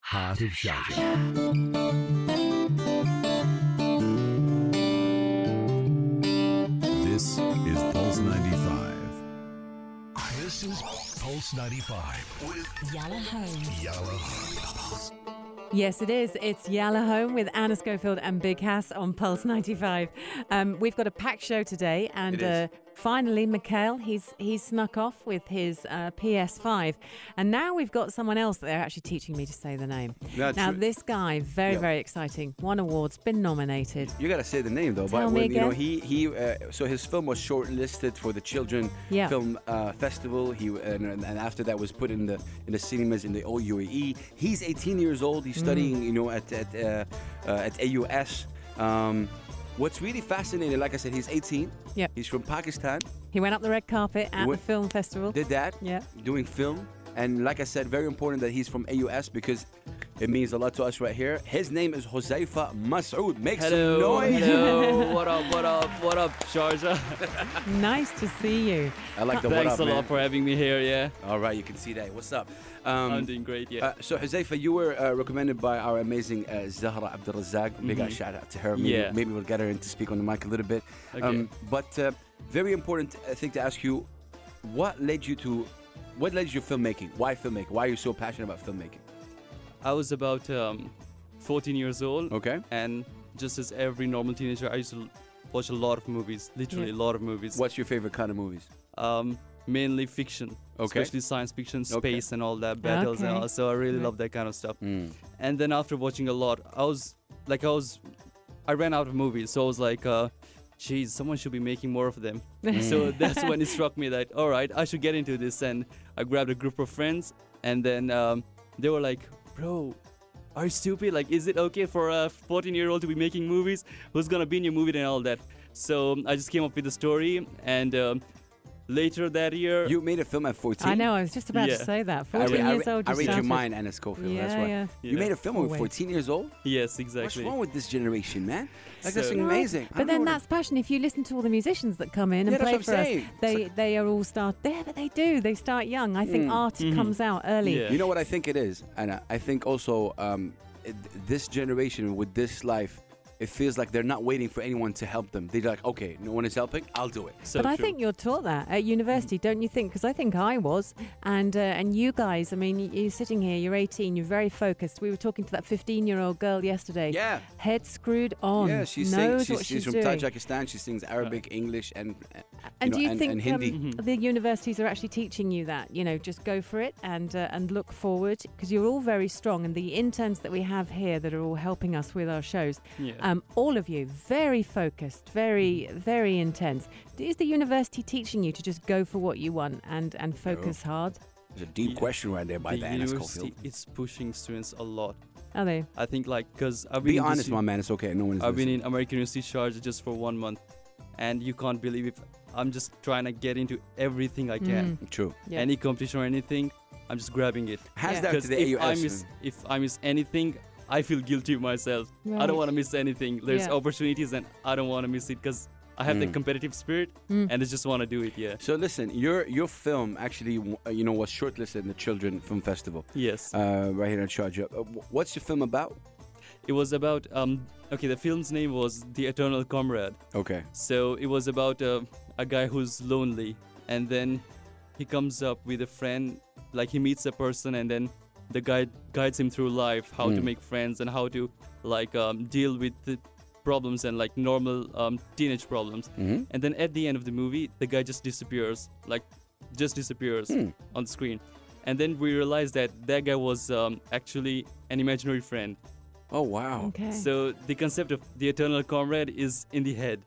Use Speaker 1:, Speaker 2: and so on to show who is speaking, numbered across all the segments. Speaker 1: Heart of Shouting.
Speaker 2: This is Pulse 95.
Speaker 1: This is Pulse 95 with
Speaker 3: Yalla Home.
Speaker 1: Yalla Home.
Speaker 4: Yes, it is. It's Yalla Home with Anna Schofield and Big Hass on Pulse 95. Um, we've got a packed show today, and
Speaker 5: It is.
Speaker 4: Uh, finally, Mikhail, he's he's snuck off with his uh, PS5, and now we've got someone else that they're actually teaching me to say the name.
Speaker 5: That's
Speaker 4: now,
Speaker 5: right.
Speaker 4: this guy, very
Speaker 5: Yeah.
Speaker 4: very exciting. Won awards, been nominated.
Speaker 5: You gotta say the name though,
Speaker 4: Tell
Speaker 5: but
Speaker 4: me
Speaker 5: when, you know
Speaker 4: again.
Speaker 5: he he uh, so his film was shortlisted for the Children
Speaker 4: Yeah.
Speaker 5: Film uh, Festival. He and, and after that was put in the in the cinemas in the all UAE. E. He's 18 years old.
Speaker 4: Mm.
Speaker 5: He's studying you know at at uh, uh, at AUS. Um, what's really fascinating, like I said, he's 18.
Speaker 4: Yeah.
Speaker 5: He's from Pakistan.
Speaker 4: He went up the red carpet at
Speaker 5: Wh-
Speaker 4: the film festival.
Speaker 5: Did that.
Speaker 4: Yeah.
Speaker 5: Doing film. And like I said, very important that he's from AUS because it means a lot to us right here. His name is Hoseifa Masood. Make some
Speaker 6: Hello,
Speaker 5: noise.
Speaker 6: hello. what up, what up, what up, Sharjah?
Speaker 4: nice to see you.
Speaker 5: I like the what
Speaker 6: Thanks
Speaker 5: up,
Speaker 6: a
Speaker 5: man.
Speaker 6: lot for having me here, yeah.
Speaker 5: All right, you can see that. What's up? Um,
Speaker 6: I'm doing great, yeah.
Speaker 5: uh, so, Huzaifa, you were uh, recommended by our amazing uh, Zahra Abdul Razak. Big
Speaker 6: Mhm.
Speaker 5: shout out to her. Maybe,
Speaker 6: Yeah.
Speaker 5: maybe we'll get her in to speak on the mic a little bit.
Speaker 6: Okay.
Speaker 5: but uh, very important uh, thing to ask you: What led you to? What led you to filmmaking? Why filmmaking? Why are you so passionate about filmmaking?
Speaker 6: I was about um, 14 years old,
Speaker 5: Okay.
Speaker 6: and just as every normal teenager, I used to l- watch a lot of movies, literally
Speaker 4: Yeah.
Speaker 6: a lot of movies.
Speaker 5: What's your favorite kind of movies?
Speaker 6: Um, mainly fiction,
Speaker 5: Okay.
Speaker 6: especially science fiction,
Speaker 5: Okay. Hmm.
Speaker 6: space, and all that battles and
Speaker 4: Okay.
Speaker 6: all. So I really
Speaker 4: Right.
Speaker 6: love that kind of stuff. And then after watching a lot, I was like, I was, I ran out of movies, so I was like, uh, geez, someone should be making more of them. so that's when it struck me that, all right, I should get into this. And I grabbed a group of friends, and then um, they were like, bro, are you stupid? Like, is it okay for a 14 year old to be making movies? Who's gonna be in your movie and all that? So um, I just came up with the story, and um, later that year,
Speaker 5: You made a film at 14.
Speaker 4: I know. I was just about
Speaker 6: Yeah.
Speaker 4: to say that.
Speaker 5: I,
Speaker 4: Fourteen
Speaker 5: re- I,
Speaker 4: years
Speaker 5: re-
Speaker 4: old.
Speaker 5: I
Speaker 4: you
Speaker 5: read your
Speaker 4: started.
Speaker 5: mind, Anna Schofield. that's
Speaker 4: Yeah,
Speaker 5: why.
Speaker 4: yeah.
Speaker 5: You
Speaker 6: Yeah.
Speaker 5: made a film at
Speaker 4: Wait.
Speaker 5: 14 years old?
Speaker 6: yes,
Speaker 5: What's
Speaker 6: exactly.
Speaker 5: wrong with this generation, man? Like, that's
Speaker 6: So-
Speaker 5: amazing. I
Speaker 4: But
Speaker 5: don't
Speaker 4: then
Speaker 5: know what-
Speaker 4: that's passion. If you listen to all the musicians that come in and
Speaker 5: Yeah, that's
Speaker 4: play
Speaker 5: what
Speaker 4: for
Speaker 5: I'm
Speaker 4: us,
Speaker 5: saying. It's Mm.
Speaker 4: they they are all start. Yeah, but they do. They start young. I think art comes out early.
Speaker 6: Mm-hmm. Yeah.
Speaker 5: You know what I think it is, Anna? I think also um, it, this generation with this life, it feels like they're not waiting for anyone to help them. They're like, okay, no one is helping, I'll do it.
Speaker 6: So
Speaker 4: But I
Speaker 6: true. Mm-hmm.
Speaker 4: think you're taught that at university, don't you think? Because I think I was, and uh, and you guys. I mean, y- you're sitting here. You're 18. You're very focused. We were talking to that 15 year old girl yesterday.
Speaker 5: Yeah.
Speaker 4: Head screwed on.
Speaker 5: yeah, she
Speaker 4: knows
Speaker 5: sings. She's,
Speaker 4: what she's,
Speaker 5: she's from
Speaker 4: doing.
Speaker 5: Tajikistan. She sings Arabic, English, and uh,
Speaker 4: And
Speaker 5: know,
Speaker 4: do you
Speaker 5: and,
Speaker 4: think
Speaker 5: and Hindi.
Speaker 4: um, the universities are actually teaching you that? You know, just go for it and uh, and look forward because you're all very strong. And the interns that we have here that are all helping us with our shows,
Speaker 6: Yeah.
Speaker 4: um, all of you very focused, very very intense. Is the university teaching you to just go for what you want and and focus hard?
Speaker 5: There's a deep
Speaker 6: Yeah.
Speaker 5: question right there by the,
Speaker 6: the
Speaker 5: Anna
Speaker 6: university
Speaker 5: Schofield.
Speaker 6: is pushing students a lot.
Speaker 4: Are they?
Speaker 6: I think like because I've been
Speaker 5: Be
Speaker 6: in this
Speaker 5: honest,
Speaker 6: u-
Speaker 5: my man. It's okay. No one is.
Speaker 6: I've been
Speaker 5: listening.
Speaker 6: in American University Sharjah just for one month, and you can't believe if I'm just trying to get into everything I
Speaker 4: Mm.
Speaker 6: can,
Speaker 5: True.
Speaker 4: Yeah.
Speaker 6: any competition or anything, I'm just grabbing it.
Speaker 5: Hands
Speaker 4: Yeah.
Speaker 5: down to
Speaker 6: Because
Speaker 5: the
Speaker 6: if I
Speaker 5: AUS.
Speaker 6: miss if I miss anything, I feel guilty myself. I
Speaker 4: Right.
Speaker 6: don't want to miss anything. There's
Speaker 4: Yeah.
Speaker 6: opportunities, and I don't want to miss it because I have the
Speaker 5: Mm.
Speaker 6: competitive spirit,
Speaker 4: Mm.
Speaker 6: and I just want to do it. Yeah.
Speaker 5: So listen, your your film actually, w- uh, you know, was shortlisted in the Children Film Festival.
Speaker 6: Yes.
Speaker 5: Uh, right here in Sharjah. Uh, wh- what's your film about?
Speaker 6: it was about um. Okay, the film's name was The Eternal Comrade.
Speaker 5: Okay.
Speaker 6: So it was about a, a guy who's lonely, and then he comes up with a friend. Like he meets a person, and then the guy guides him through life, how to make friends, and how to like um, deal with the problems and like normal um, teenage problems.
Speaker 5: Mm-hmm.
Speaker 6: And then at the end of the movie, the guy just disappears, like just disappears on the screen. And then we realize that that guy was um, actually an imaginary friend.
Speaker 5: Oh wow.
Speaker 4: Okay.
Speaker 6: So the concept of the eternal comrade is in the head.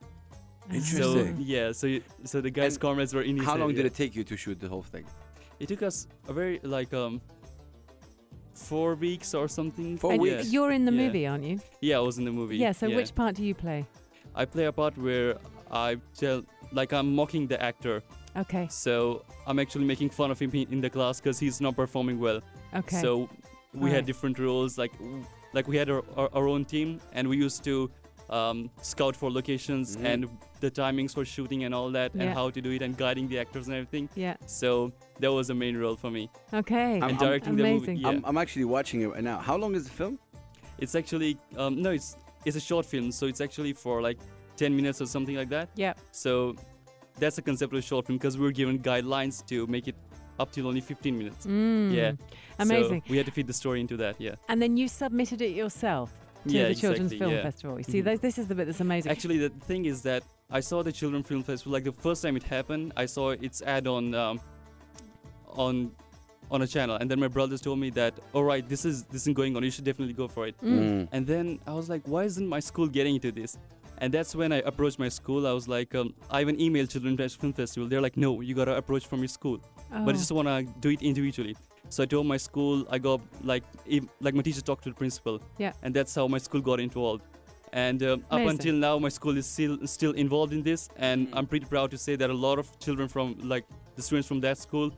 Speaker 6: So
Speaker 5: Interesting.
Speaker 6: yeah, so you, so the guys'
Speaker 5: And
Speaker 6: comrades were in his
Speaker 5: How
Speaker 6: head,
Speaker 5: long did
Speaker 6: yeah.
Speaker 5: it take you to shoot the whole thing?
Speaker 6: It took us a very like um four weeks or something.
Speaker 5: Four
Speaker 4: And
Speaker 5: weeks.
Speaker 6: Yeah.
Speaker 4: You're in the
Speaker 6: Yeah.
Speaker 4: movie, aren't you?
Speaker 6: Yeah, I was in the movie.
Speaker 4: Yeah. So which part do you play?
Speaker 6: I play a part where I tell like I'm mocking the actor,
Speaker 4: Okay.
Speaker 6: so I'm actually making fun of him in in the class because he's not performing well.
Speaker 4: Okay.
Speaker 6: So we
Speaker 4: Right.
Speaker 6: had different roles, like like we had our, our, our own team, and we used to um, scout for locations
Speaker 5: Mhm.
Speaker 6: and the timings for shooting and all that, and
Speaker 4: Yeah.
Speaker 6: how to do it, and guiding the actors and everything.
Speaker 4: Yeah.
Speaker 6: So that was the main role for me.
Speaker 4: Okay.
Speaker 5: I'm-
Speaker 6: and directing the
Speaker 4: amazing.
Speaker 6: movie. Yeah.
Speaker 5: I'm, I'm actually watching it right now. How long is the film?
Speaker 6: it's actually um, no, it's it's a short film, so it's actually for like ten minutes or something like that.
Speaker 4: yeah.
Speaker 6: So that's a conceptual short film because we were given guidelines to make it up till only 15 minutes.
Speaker 4: Mm.
Speaker 6: Yeah.
Speaker 4: Amazing.
Speaker 6: So we had to fit the story into that. Yeah.
Speaker 4: And then you submitted it yourself to
Speaker 6: yeah,
Speaker 4: the Children's
Speaker 6: exactly,
Speaker 4: Film
Speaker 6: yeah.
Speaker 4: Festival. You see,
Speaker 6: Mhm.
Speaker 4: those- this is the bit that's amazing.
Speaker 6: Actually, the thing is that I saw the Children Film Festival like the first time it happened. I saw its ad on um, on on a channel, and then my brothers told me that, all right, this is this is going on. You should definitely go for it.
Speaker 4: Mm.
Speaker 6: And then I was like, why isn't my school getting into this? And that's when I approached my school. I was like, um, I even emailed Children's Film Festival. They're like, no, you gotta approach from your school. but I
Speaker 4: Oh.
Speaker 6: just want to do it individually. So I told my school, I got like, if, like my teacher talked to the principal.
Speaker 4: Yeah.
Speaker 6: And that's how my school got involved. And um, up
Speaker 4: Amazing. Mm-hmm.
Speaker 6: until now, my school is still still involved in this, and I'm pretty proud to say that a lot of children from like the students from that school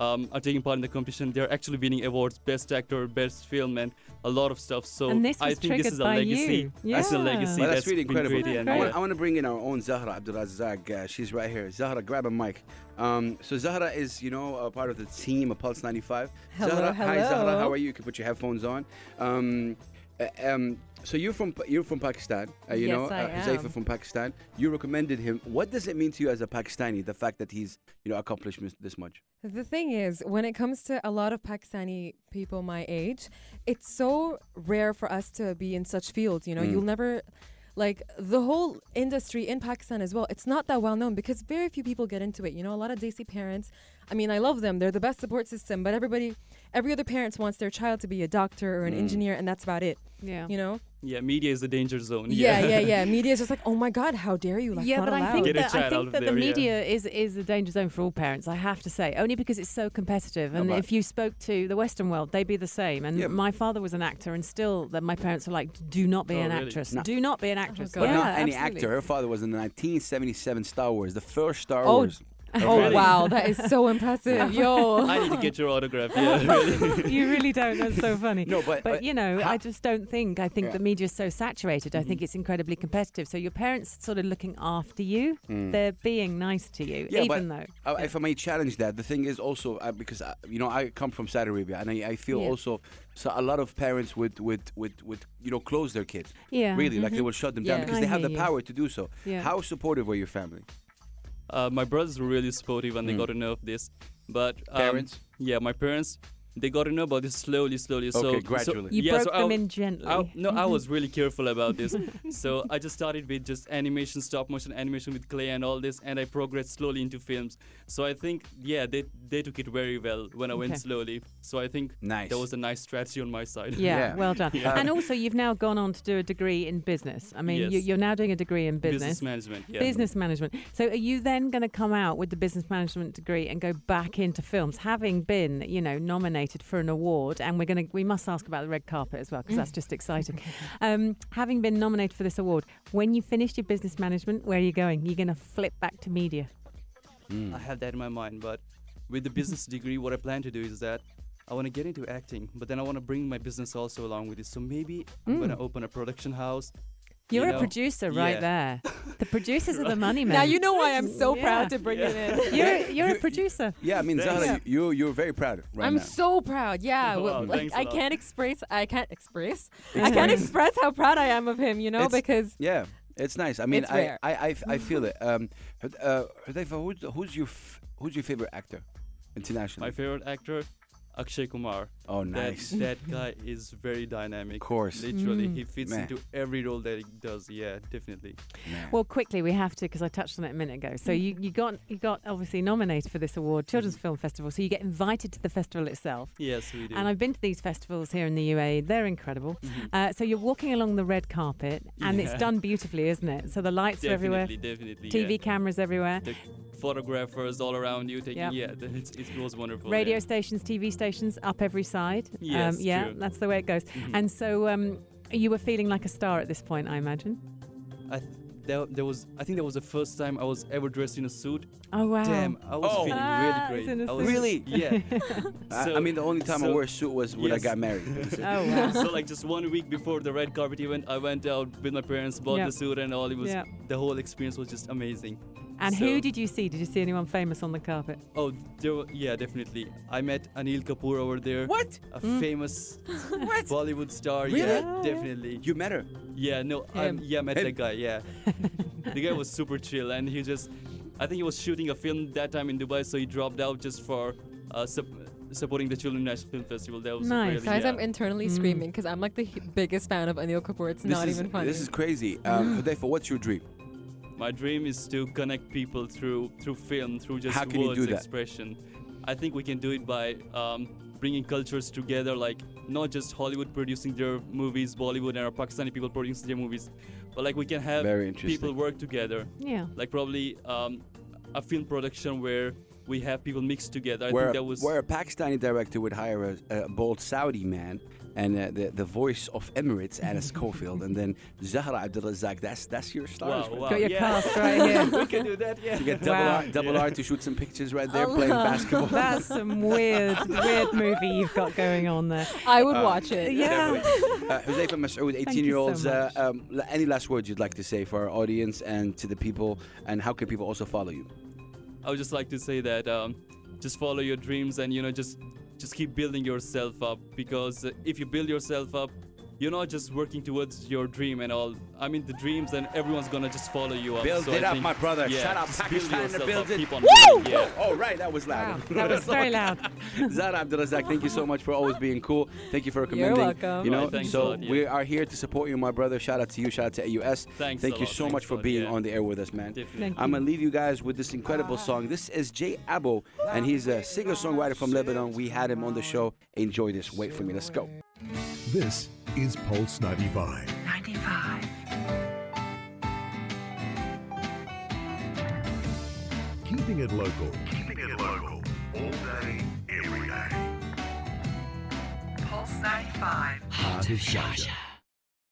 Speaker 6: um, are taking part in the competition. They're actually winning awards, best actor, best film, and a lot of stuff. So
Speaker 4: And this
Speaker 6: I
Speaker 4: was
Speaker 6: think this
Speaker 4: triggered
Speaker 6: is a
Speaker 4: by
Speaker 6: legacy.
Speaker 4: you.
Speaker 6: That's a
Speaker 4: Yeah.
Speaker 6: legacy.
Speaker 5: Well, that's,
Speaker 6: that's
Speaker 5: really
Speaker 6: been
Speaker 5: incredible.
Speaker 6: created,
Speaker 4: Yeah,
Speaker 5: I,
Speaker 6: and, uh,
Speaker 5: want, I want to bring in our own Zahra Abdulazak. Uh, she's right here. Zahra, grab a mic. Um, so Zahra is, you know, a part of the team of Pulse 95.
Speaker 3: Hello,
Speaker 5: Zahra, hi
Speaker 3: hello.
Speaker 5: Zahra. How are you? You can put your headphones on. Um, uh, um, so you're from you're from Pakistan. Uh, you
Speaker 3: Yes,
Speaker 5: know,
Speaker 3: I
Speaker 5: uh, Huzaifa
Speaker 3: am.
Speaker 5: from Pakistan. You recommended him. What does it mean to you as a Pakistani? The fact that he's, you know, accomplished mis- this much.
Speaker 3: The thing is, when it comes to a lot of Pakistani people my age, it's so rare for us to be in such fields. You know,
Speaker 5: Mm.
Speaker 3: you'll never, like, the whole industry in Pakistan as well, it's not that well known because very few people get into it. You know, a lot of Desi parents, I mean, I love them, they're the best support system, but everybody, every other parent wants their child to be a doctor or an
Speaker 5: Mm.
Speaker 3: engineer, and that's about it.
Speaker 4: yeah.
Speaker 3: You know?
Speaker 6: yeah, media is the danger zone.
Speaker 3: Yeah, yeah, yeah. Media is just like, oh my God, how dare you? Like,
Speaker 4: yeah,
Speaker 3: not
Speaker 4: but I
Speaker 3: allowed."
Speaker 4: think
Speaker 6: Get a
Speaker 4: that, I
Speaker 6: child out
Speaker 4: think
Speaker 6: of
Speaker 4: that the
Speaker 6: there, yeah.
Speaker 4: media is is a danger zone for all parents. I have to say, only because it's so competitive. And
Speaker 5: Alright.
Speaker 4: if you spoke to the Western world, they'd be the same. And
Speaker 5: Yeah.
Speaker 4: my father was an actor, and still, that my parents were like, "Do not be
Speaker 6: Oh,
Speaker 4: an
Speaker 6: really?
Speaker 4: actress.
Speaker 5: No.
Speaker 4: Do not be an actress."
Speaker 3: God.
Speaker 5: Oh, But
Speaker 4: yeah,
Speaker 5: not any
Speaker 4: absolutely.
Speaker 5: actor. Her father was in the 1977 Star Wars, the first Star
Speaker 3: Oh,
Speaker 5: Wars. Her
Speaker 3: Oh
Speaker 5: father-
Speaker 3: wow, that is so impressive, yo!
Speaker 6: I need to get your autograph. Yeah, really.
Speaker 4: you really don't. That's so funny.
Speaker 5: No, but,
Speaker 4: But you know,
Speaker 5: how-
Speaker 4: I just don't think. I think
Speaker 5: Yeah.
Speaker 4: the media is so saturated. I think it's incredibly competitive. So your parents sort of looking after you.
Speaker 5: Mm.
Speaker 4: They're being nice to you,
Speaker 5: Yeah,
Speaker 4: even though.
Speaker 5: Uh, If I may challenge that, the thing is also uh, because uh, you know I come from Saudi Arabia and I, I feel
Speaker 4: Yeah.
Speaker 5: also so a lot of parents would would would, would you know close their kids
Speaker 4: Yeah. mm-hmm.
Speaker 5: really like they will shut them down
Speaker 3: Yeah.
Speaker 5: because
Speaker 4: I
Speaker 5: they have
Speaker 4: hear
Speaker 5: the
Speaker 4: you.
Speaker 5: power to do so.
Speaker 4: Yeah.
Speaker 5: How supportive were your family?
Speaker 6: Uh, my brothers were really supportive when they
Speaker 5: Mm.
Speaker 6: got to know of this. But um,
Speaker 5: Parents?
Speaker 6: yeah, my parents, they got to know about this slowly, slowly. so
Speaker 5: Okay,
Speaker 6: so-
Speaker 5: gradually.
Speaker 4: You
Speaker 6: yeah,
Speaker 4: broke
Speaker 6: so
Speaker 4: them
Speaker 6: I,
Speaker 4: in Mm-hmm. gently.
Speaker 6: I, no, I was really careful about this. so I just started with just animation, stop motion animation with clay and all this, and I progressed slowly into films. So I think yeah, they they took it very well when I
Speaker 4: Okay.
Speaker 6: went slowly. So I think
Speaker 5: Nice.
Speaker 6: that was a nice strategy on my side.
Speaker 4: Yeah,
Speaker 5: Yeah.
Speaker 4: well done.
Speaker 5: Yeah.
Speaker 4: And also, you've now gone on to do a degree in business. I mean, you,
Speaker 6: Yes.
Speaker 4: you're now doing a degree in business.
Speaker 6: business management. Yeah.
Speaker 4: Business management. So, are you then going to come out with the business management degree and go back into films, having been, you know, nominated for an award? And we're going to, we must ask about the red carpet as well because that's just exciting. Um, having been nominated for this award, when you finished your business management, where are you going? You're going to flip back to media.
Speaker 6: I have that in my mind, but with the business degree, what I plan to do is that I want to get into acting, but then I want to bring my business also along with it. So maybe I'm going to open a production house.
Speaker 4: Mm.
Speaker 6: you
Speaker 4: You're a
Speaker 6: know?
Speaker 4: producer right there. The producers are the money men.
Speaker 3: Now you know why I'm so
Speaker 4: Yeah.
Speaker 3: proud to bring it in.
Speaker 4: You're, you're a producer.
Speaker 5: Yeah, I mean Zahra,
Speaker 3: Yeah.
Speaker 5: you you're very proud right
Speaker 3: I'm
Speaker 5: now.
Speaker 3: so proud. Yeah,
Speaker 6: Oh,
Speaker 3: well,
Speaker 6: wow,
Speaker 3: like
Speaker 6: thanks a
Speaker 3: I
Speaker 6: lot.
Speaker 3: can't express. I can't express. I can't express how proud I am of him. You know,
Speaker 5: It's-
Speaker 3: because
Speaker 5: yeah, it's nice. I mean,
Speaker 3: It's
Speaker 5: I,
Speaker 3: rare.
Speaker 5: I I I feel it. Um, Hud- uh, Hudayfa, who's, who's your f- who's your favorite actor internationally?
Speaker 6: My favorite actor, Akshay Kumar.
Speaker 5: oh,
Speaker 6: That,
Speaker 5: nice.
Speaker 6: that guy is very dynamic.
Speaker 5: Of course.
Speaker 6: Literally,
Speaker 4: Mm.
Speaker 6: he fits
Speaker 5: Man.
Speaker 6: into every role that he does. Yeah, definitely.
Speaker 5: Man.
Speaker 4: Well, quickly, we have to because I touched on it a minute ago. So you, you got you got obviously nominated for this award, Children's Film Festival. So you get invited to the festival itself.
Speaker 6: Yes, we do. Mm-hmm.
Speaker 4: And I've been to these festivals here in the UAE. They're incredible. Uh, so you're walking along the red carpet, and it's
Speaker 6: Yeah.
Speaker 4: done beautifully, isn't it? So the lights
Speaker 6: definitely,
Speaker 4: are everywhere,
Speaker 6: definitely.
Speaker 4: TV
Speaker 6: yeah.
Speaker 4: cameras everywhere,
Speaker 6: The photographers all around you taking.
Speaker 4: Yeah.
Speaker 6: Yeah, then it's, it was wonderful.
Speaker 4: radio
Speaker 6: yeah.
Speaker 4: stations, TV stations up every side. Um,
Speaker 6: Yes,
Speaker 4: yeah,
Speaker 6: true. Mm-hmm.
Speaker 4: that's the way it goes. And so um, you were feeling like a star at this point, I imagine.
Speaker 6: I th- that, that was I think that was the first time I was ever dressed in a suit.
Speaker 4: Oh wow.
Speaker 6: Damn, I was
Speaker 5: Oh.
Speaker 6: feeling
Speaker 4: Ah,
Speaker 6: really
Speaker 4: it's
Speaker 6: great.
Speaker 4: in a
Speaker 6: I was-
Speaker 5: suit. Really?
Speaker 6: Yeah.
Speaker 5: I- I,
Speaker 6: So-
Speaker 5: mean, the only time I
Speaker 6: so-
Speaker 5: wore a suit was when
Speaker 6: Yes.
Speaker 5: I got married.
Speaker 4: Oh wow.
Speaker 6: so like just one week before the red carpet event, I went out with my parents, bought
Speaker 4: Yep.
Speaker 6: the suit and all. It was
Speaker 4: Yep.
Speaker 6: the whole experience was just amazing.
Speaker 4: And who
Speaker 6: So-
Speaker 4: did you see? Did you see anyone famous on the carpet?
Speaker 6: Oh, there were, yeah, definitely. I met Anil Kapoor over there.
Speaker 5: what?
Speaker 6: A famous Bollywood star.
Speaker 5: Really?
Speaker 6: Yeah, definitely.
Speaker 5: You met her?
Speaker 6: Yeah, no, I
Speaker 4: Him.
Speaker 6: yeah, I met
Speaker 5: Him.
Speaker 6: that guy. Yeah, the guy was super chill, and he just, I think he was shooting a film that time in Dubai, so he dropped out just for uh, sup- supporting the Children National Film Festival. That was
Speaker 4: Nice.
Speaker 6: really,
Speaker 3: Guys,
Speaker 6: yeah.
Speaker 3: I'm internally screaming because I'm like the hu- biggest fan of Anil Kapoor. It's not
Speaker 5: is,
Speaker 3: even funny.
Speaker 5: Mm. This is crazy. Um, Hudayfa, what's your dream?
Speaker 6: My dream is to connect people through through film, through just
Speaker 5: How can you
Speaker 6: words
Speaker 5: do that?
Speaker 6: expression. I think we can do it by um, bringing cultures together, like not just Hollywood producing their movies, Bollywood and our Pakistani people producing their movies, but like we can have
Speaker 5: Very
Speaker 6: people
Speaker 5: interesting.
Speaker 6: work together.
Speaker 4: Yeah.
Speaker 6: like probably um, a film production where we have people mixed together. I
Speaker 5: where,
Speaker 6: think
Speaker 5: a,
Speaker 6: that was
Speaker 5: where a Pakistani director would hire a, a bold Saudi man and uh, the, the voice of Emirates, Anna Schofield, and then Zahra Abdulrazak. That's that's your stars.
Speaker 6: wow,
Speaker 5: right
Speaker 6: wow,
Speaker 4: Got your
Speaker 6: Uh, yeah.
Speaker 4: cast right here.
Speaker 6: we can do that. Yeah,
Speaker 5: You get double
Speaker 4: Wow. Oh,
Speaker 5: R, double R to shoot some pictures right there playing
Speaker 4: Allah.
Speaker 5: basketball.
Speaker 4: That's some weird, weird movie you've got going on there.
Speaker 3: I would watch it.
Speaker 4: Yeah.
Speaker 5: Uh, Huzaifa Masood, 18
Speaker 4: you
Speaker 5: year
Speaker 4: so
Speaker 5: olds. uh,
Speaker 4: much.
Speaker 5: um, l- any last words you'd like to say for our audience and to the people? And how can people also follow you?
Speaker 6: I would just like to say that um, just follow your dreams and you know just just keep building yourself up because uh, if you build yourself up, you're not just working towards your dream and all. I mean the dreams and everyone's gonna just follow you up.
Speaker 5: Build
Speaker 6: So
Speaker 5: it
Speaker 6: I
Speaker 5: up,
Speaker 6: think-
Speaker 5: my brother.
Speaker 6: Yeah,
Speaker 5: Shut up,
Speaker 6: just build
Speaker 5: Pakistan,
Speaker 6: yourself
Speaker 5: build
Speaker 6: up.
Speaker 5: it.
Speaker 6: Keep on building. Yeah.
Speaker 5: Oh, right, that was
Speaker 4: Wow,
Speaker 5: loud.
Speaker 4: that was very loud.
Speaker 5: Zara Abdulrazak, thank you so much for always being cool. Thank you for
Speaker 3: You're
Speaker 5: commending.
Speaker 3: welcome.
Speaker 5: You know,
Speaker 6: Right, thanks a
Speaker 5: so
Speaker 6: lot, yeah.
Speaker 5: we are here to support you, my brother. Shout out to you. Shout out to AUS.
Speaker 6: Thanks
Speaker 5: Thank
Speaker 6: a
Speaker 5: you
Speaker 6: lot,
Speaker 5: so
Speaker 6: thanks
Speaker 5: much
Speaker 6: a
Speaker 5: for
Speaker 6: lot,
Speaker 5: being
Speaker 6: yeah.
Speaker 5: on the air with us, man.
Speaker 6: Definitely.
Speaker 4: Thank
Speaker 5: I'm gonna leave you guys with this incredible song. This is Jay Abo, and he's a singer-songwriter from Lebanon. We had him on the show. Enjoy this. Wait for me. Let's go.
Speaker 1: This is Pulse 95.
Speaker 7: 95.
Speaker 1: Keeping it local. Keeping it local. All day, every day.
Speaker 7: Pulse 95.
Speaker 1: Heart of Sharjah.